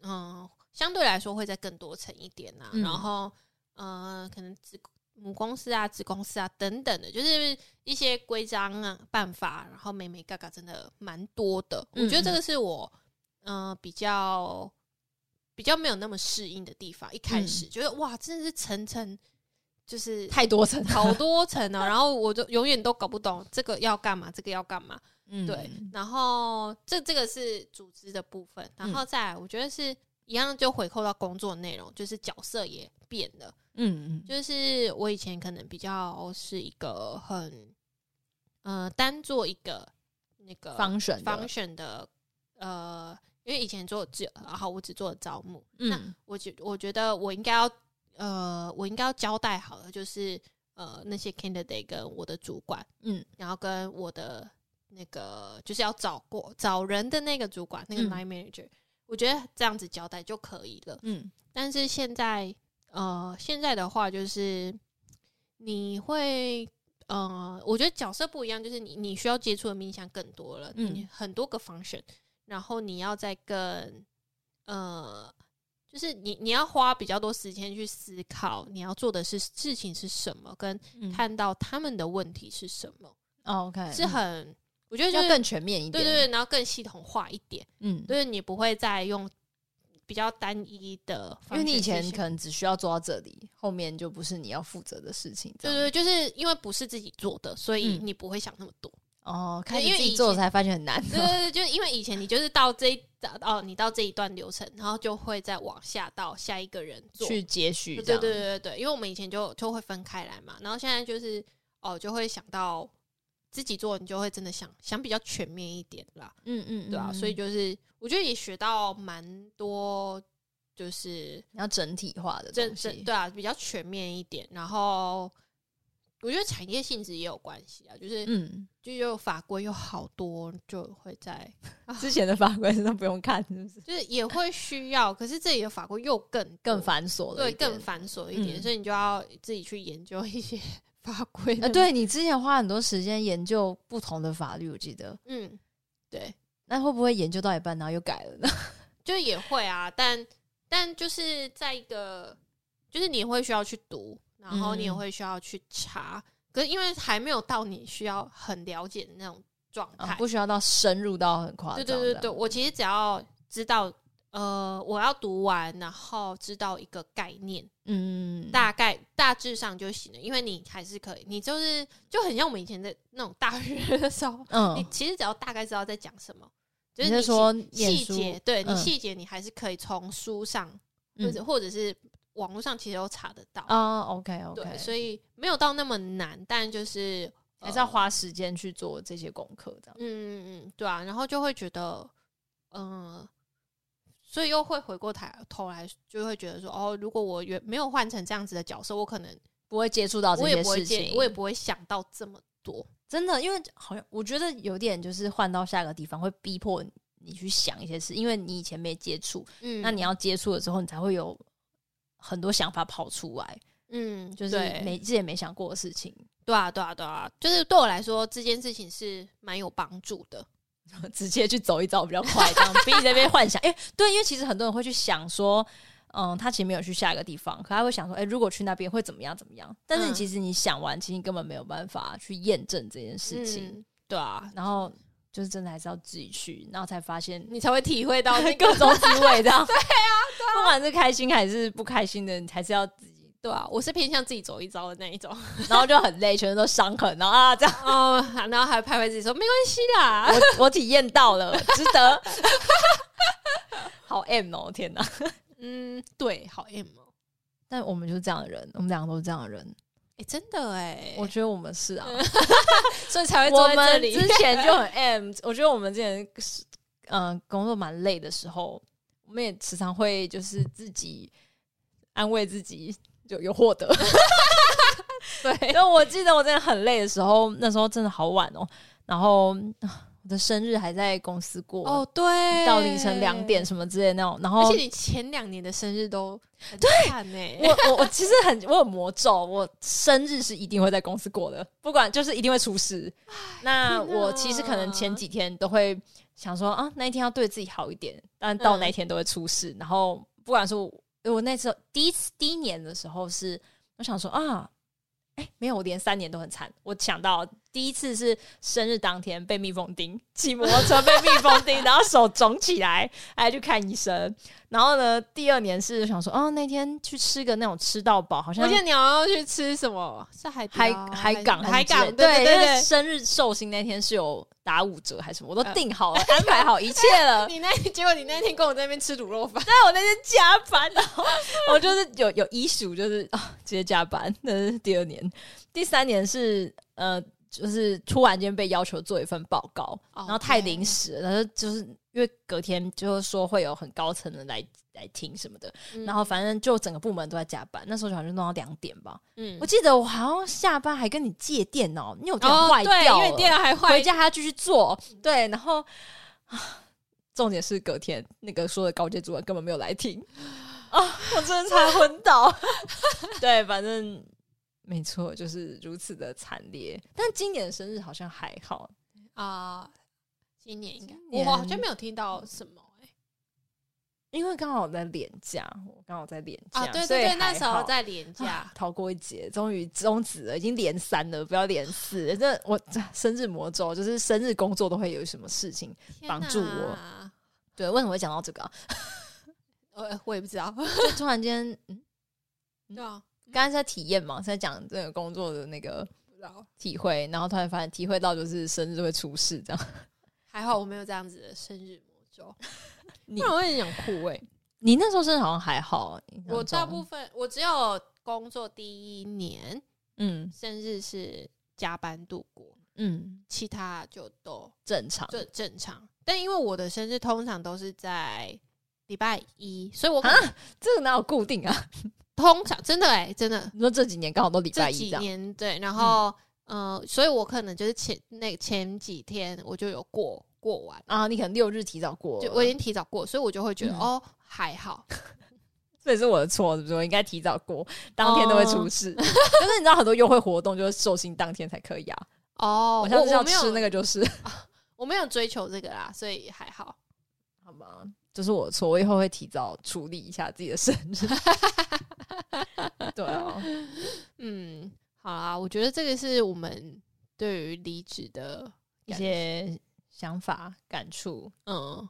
嗯，相对来说会再更多层一点呐、嗯然后，呃，可能子母公司啊、子公司啊等等的，就是一些规章啊、办法，然后美美嘎嘎真的蛮多的。我嗯觉得这个是我，嗯，比较比较没有那么适应的地方。一嗯开始、觉得哇，真的是层层，就是太多层，好多层哦、然后我就永远都搞不懂这个要干嘛，这个要干嘛。嗯对，然后这这个是组织的部分，然后再来我觉得是一样，就回扣到工作内容，就是角色也变了。嗯嗯就是我以前可能比较是一个很，呃，单做一个那个，function 的 function 的，呃，因为以前做只有啊好，我只做了招募，那嗯我觉我觉得我应该要呃，我应该要交代好了，就是呃那些 candidate 跟我的主管，嗯，然后跟我的那个就是要找过找人的那个主管，那个嗯 line manager，、我觉得这样子交代就可以了。嗯但是现在呃，现在的话就是你会。呃，我觉得角色不一样，就是你你需要接触的面向更多了，嗯你很多个 function，然后你要再更呃，就是你你要花比较多时间去思考你要做的是事情是什么，跟嗯，看到他们的问题是什么，哦 OK 是很我觉得嗯就要是更全面一对点，对对，然后更系统化一点，嗯，就是你不会再用比较单一的因方式去为想，你以前可能只需要做到这里，后面就不是你要负责的事情，这对样对，对就是因为不是自己做的，所以嗯你不会想那么多。 哦，开始因为自己以做前才发现很难，对对对，就是因为以前你就是到这一哦，你到这一段流程，然后就会再往下到下一个人做。去接续对这对样，对对对，因为我们以前就就会分开来嘛，然后现在就是哦，就会想到自己做，你就会真的想想比较全面一点啦。嗯嗯，对啊，嗯所以就是我觉得也学到蛮多，就是你要整体化的真东真西，对啊，比较全面一点。然后我觉得产业性质也有关系啊，就是、嗯，就有法规有好多，就会在之前的法规是都不用看，是不 是就是也会需要，可是这里的法规又更多更繁琐了对一点？更繁琐一点，嗯所以你就要自己去研究一些 法规的呃，对你之前花很多时间研究不同的法律，我记得，嗯，对，那会不会研究到一半然后又改了呢？ 就也会啊，但但就是在一个，就是你会需要去读，然后你也嗯会需要去查，可是因为还没有到你需要很了解的那种状态。啊不需要到深入到很夸对张这对样，对对，我其实只要知道，呃，我要读完，然后知道一个概念，嗯，大概大致上就行了，因为你还是可以，你就是就很像我们以前的那种大学的时候，嗯，你其实只要大概知道在讲什么，就是你你其是说念细书节，对你嗯细节你还是可以从书上嗯或者或者是网络上其实都查得到。啊？OK OK，对，所以没有到那么难，但就是还是要。花时间去做这些功课，这样呃。嗯嗯嗯，对啊，然后就会觉得，嗯、所以又会回过台头来，就会觉得说，哦，如果我原没有换成这样子的角色，我可能不会接触到这我也些不会事见情，，我也不会想到这么多。真的，因为好像我觉得有点就是换到下个地方会逼迫你你去想一些事，因为你以前没接触，嗯，那你要接触了之后，你才会有很多想法跑出来，嗯，就是对没之前没想过的事情， 对啊，对啊，对啊，就是对我来说这件事情是蛮有帮助的。直接去走一遭比较 快，这样比你在那边幻想。哎、对，因为其实很多人会去想说，嗯，他其实没有去下一个地方，可他会想说，哎、如果去那边会怎么样怎么样？但是嗯其实你想完，其实你根本没有办法去验证这件事情，嗯，对啊，然后就是真的还是要自己去，然后才发现 你才会体会到那 个各种滋味，这样 对啊，不管是开心还是不开心的，你还是要自己，对啊，我是偏向自己走一遭的那一种。然后就很累，全身都伤痕，然后啊，这样 哦，然后还拍拍自己说没关系啦。 我我体验到了，值得。 好 M 哦，天哪！嗯，对，好 M 哦，但我们就是这样的人，我们两个都是这样的人。哎、真的哎，我觉得我们是 啊，所以才会我坐在这们里。之前就 很 M。我觉得我们之前是嗯、呃工作蛮累的时候，我们也时常会就是自己安慰自己，就有获得。 对，然后我记得我真的很累的时候，那时候真的好晚哦，然后啊我的生日还在公司过，哦对，到凌晨两点，什么之类的那种。然后而且你前两年的生日都欸对呢，我我我其实很我有魔咒，我生日是一定会在公司过的，不管就是一定会出事。天那哪我其实可能前几天都会想说啊，那一天要对自己好一点，但到嗯那一天都会出事。然后不管是我我那时候第一次第一年的时候是，我想说啊，哎、没有，我连三年都很惨。我想到第一次是生日当天被蜜蜂叮， 骑摩托车被蜜蜂叮，然后手肿起来， 还去看医生。然后呢，第二年是想说，哦，那天去吃个那种吃到饱，好像我记得你要去吃什么？是海底海捞海港海还是之港类啊对嗯对因为对。生日寿星那天是有打五折还是什么，我都呃订好了，安排好一切 了。你那结果你那天跟我在那边吃卤肉饭，但我那天加班，然后 我就是有有医术，就是啊、直接加班。那是第二年，第三年是呃，就是突然间被要求做一份报告哦然后太临时了，然后就是因为隔天就是说会有很高层的来来听什么的，嗯然后反正就整个部门都在加班。那时候好像就弄到两点吧，嗯我记得我好像下班还跟你借电脑，因为我电脑哦坏对，掉因了，为电脑嗯还坏回，家还要继续做，对，然后啊重点是隔天那个说的高阶主管根本没有来听 啊，我真的差点昏倒。对，反正没错，就是如此的惨烈。但今年的生日好像还好，啊、今年应该今年我好像没有听到什么、欸、因为刚好在廉价，我刚好在廉价啊，对所以对对，还那时候好在廉价啊，逃过一劫，终于终止了，已经连三了，不要连四了。这我这生日魔咒，就是生日工作都会有什么事情。天绑住我哪对，为什么会讲到这个啊、呃，我也不知道，就突然间，嗯，对啊，刚才在体验嘛，在讲这个工作的那个不知道，体会，然后突然发现体会到就是生日会出事这样。还好我没有这样子的生日魔咒，你 不然我也想哭哎、你那时候生日好像还好，啊我大部分分我只有工作第一年嗯生日是加班度过，嗯其他就都正常，正正常。但因为我的生日通常都是在礼拜一，所以我可啊能这个哪有固定啊？通常真的哎、真的你说这几年刚好都礼拜这一几这样，年对，然后、呃，所以我可能就是前那前几天我就有过过完，啊，你可能六日提早过了，就我已经提早过，所以我就会觉得、嗯哦还好，这也是我的错，是不是？我应该提早过，当天都会出 事。但是你知道很多优惠活动就是寿星当天才可以啊。哦，我我上次要没有吃那个就是，我没有追求这个啦，所以还好。 好吧，这是我的错，我以后会提早处理一下自己的生 日。对啊，嗯，好啦，我觉得这个是我们对于离职的一些想法感触。嗯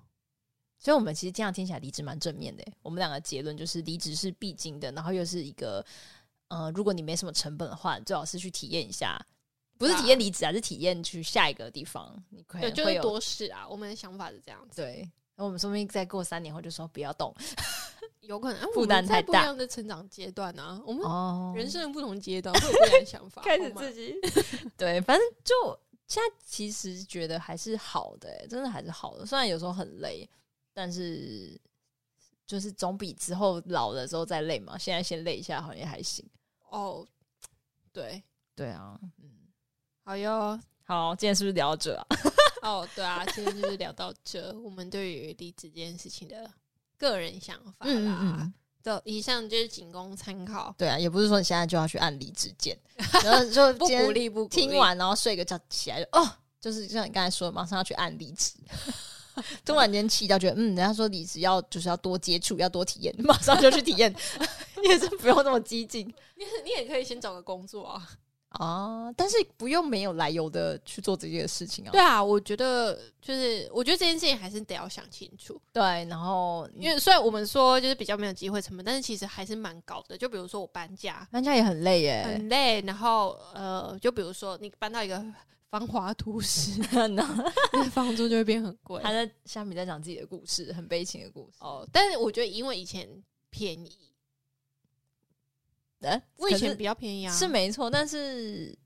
所以，我们其实这样听起来离职蛮正面的耶。欸我们两个结论就是，离职是必经的，然后又是一个，呃，如果你没什么成本的话，最好是去体验一下，不是对啊体验离职啊，是体验去下一个地方，你可对，能就会是有多事啊，我们的想法是这样子，对。那我们说不定再过三年后就说不要动有可能啊我负们担在太不一大样的成长阶段啊，我们哦人生的不同阶段会有不一样的想 法，开始好吗自己 对，反正就现在其实觉得还是好的、欸，真的还是好的。虽然有时候很累，但是就是总比之后老了之后再累嘛。现在先累一下好像也还行。哦，对，对啊，嗯，好哟，好，今天是不是聊到这啊？哦，对啊，今天就是聊到这，我们对于离职这件事情的个人想法啦。嗯嗯就以上就是仅供参考，对啊，也不是说你现在就要去按离职 键，然后就不今天鼓励，不鼓励。听，完然后睡个觉起来就哦。就是像你刚才说的，马上要去按离职， 突然间气到觉得，嗯，人家说离职要就是要多接触，要多体验，马上就去体验， 也是不用那么激进你你也可以先找个工作啊。啊。但是不用没有来由的去做这件事情啊。对 啊，我觉得就是，我觉得这件事情还是得要想清楚，对，然后因因为为虽然我们说就是比较没有机会成本，但是其实还是蛮高的。就比如说我搬家搬家也很累耶，很累，然后呃，就比如说你搬到一个繁华 都市，然后那房租就会变很贵。他在下面在讲自己的故事，很悲情的故事。哦，但是我觉得因为以前便宜，呃，我以可是前比较便宜啊，是没错，但是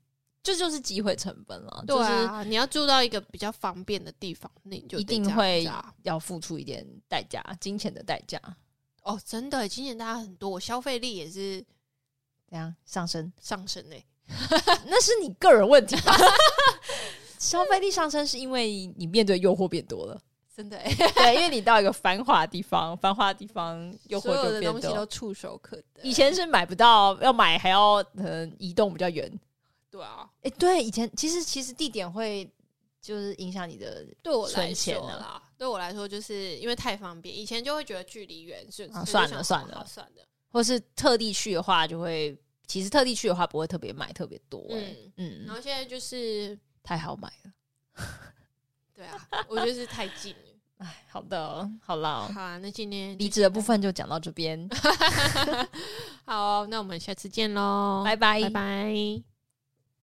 这就是机会成本了，对就是啊，你要住到一个比较方便的地方，那你就一得定这样会子啊要付出一点代价，金钱的代价。哦，真的耶，今年大家很多，我消费力也是怎样上升？上升欸 诶、啊那是你个人问题吧。 消费力上升是因为你面对诱惑变多了，真的、欸，对，因为你到一个繁华的地方，繁华的地方诱惑所有就的变东西都多。触手可得。以前是买不到，要买还要可能移动比较远。对啊，哎、对，以前其实其实地点会就是影响你的对我来存说钱啊啦，对我来说就是因为太方便，以前就会觉得距离远，所以啊所以就算了想算说了好算了，或是特地去的话，就会其实特地去的话不会特别买特别多、欸嗯。嗯然后现在就是太好买了。对啊， 我觉得是太近了。哎，好的哦，好啦哦，好啊，那今天离职 的部分就讲 到这边，好哦、那我们下次见喽，拜拜拜拜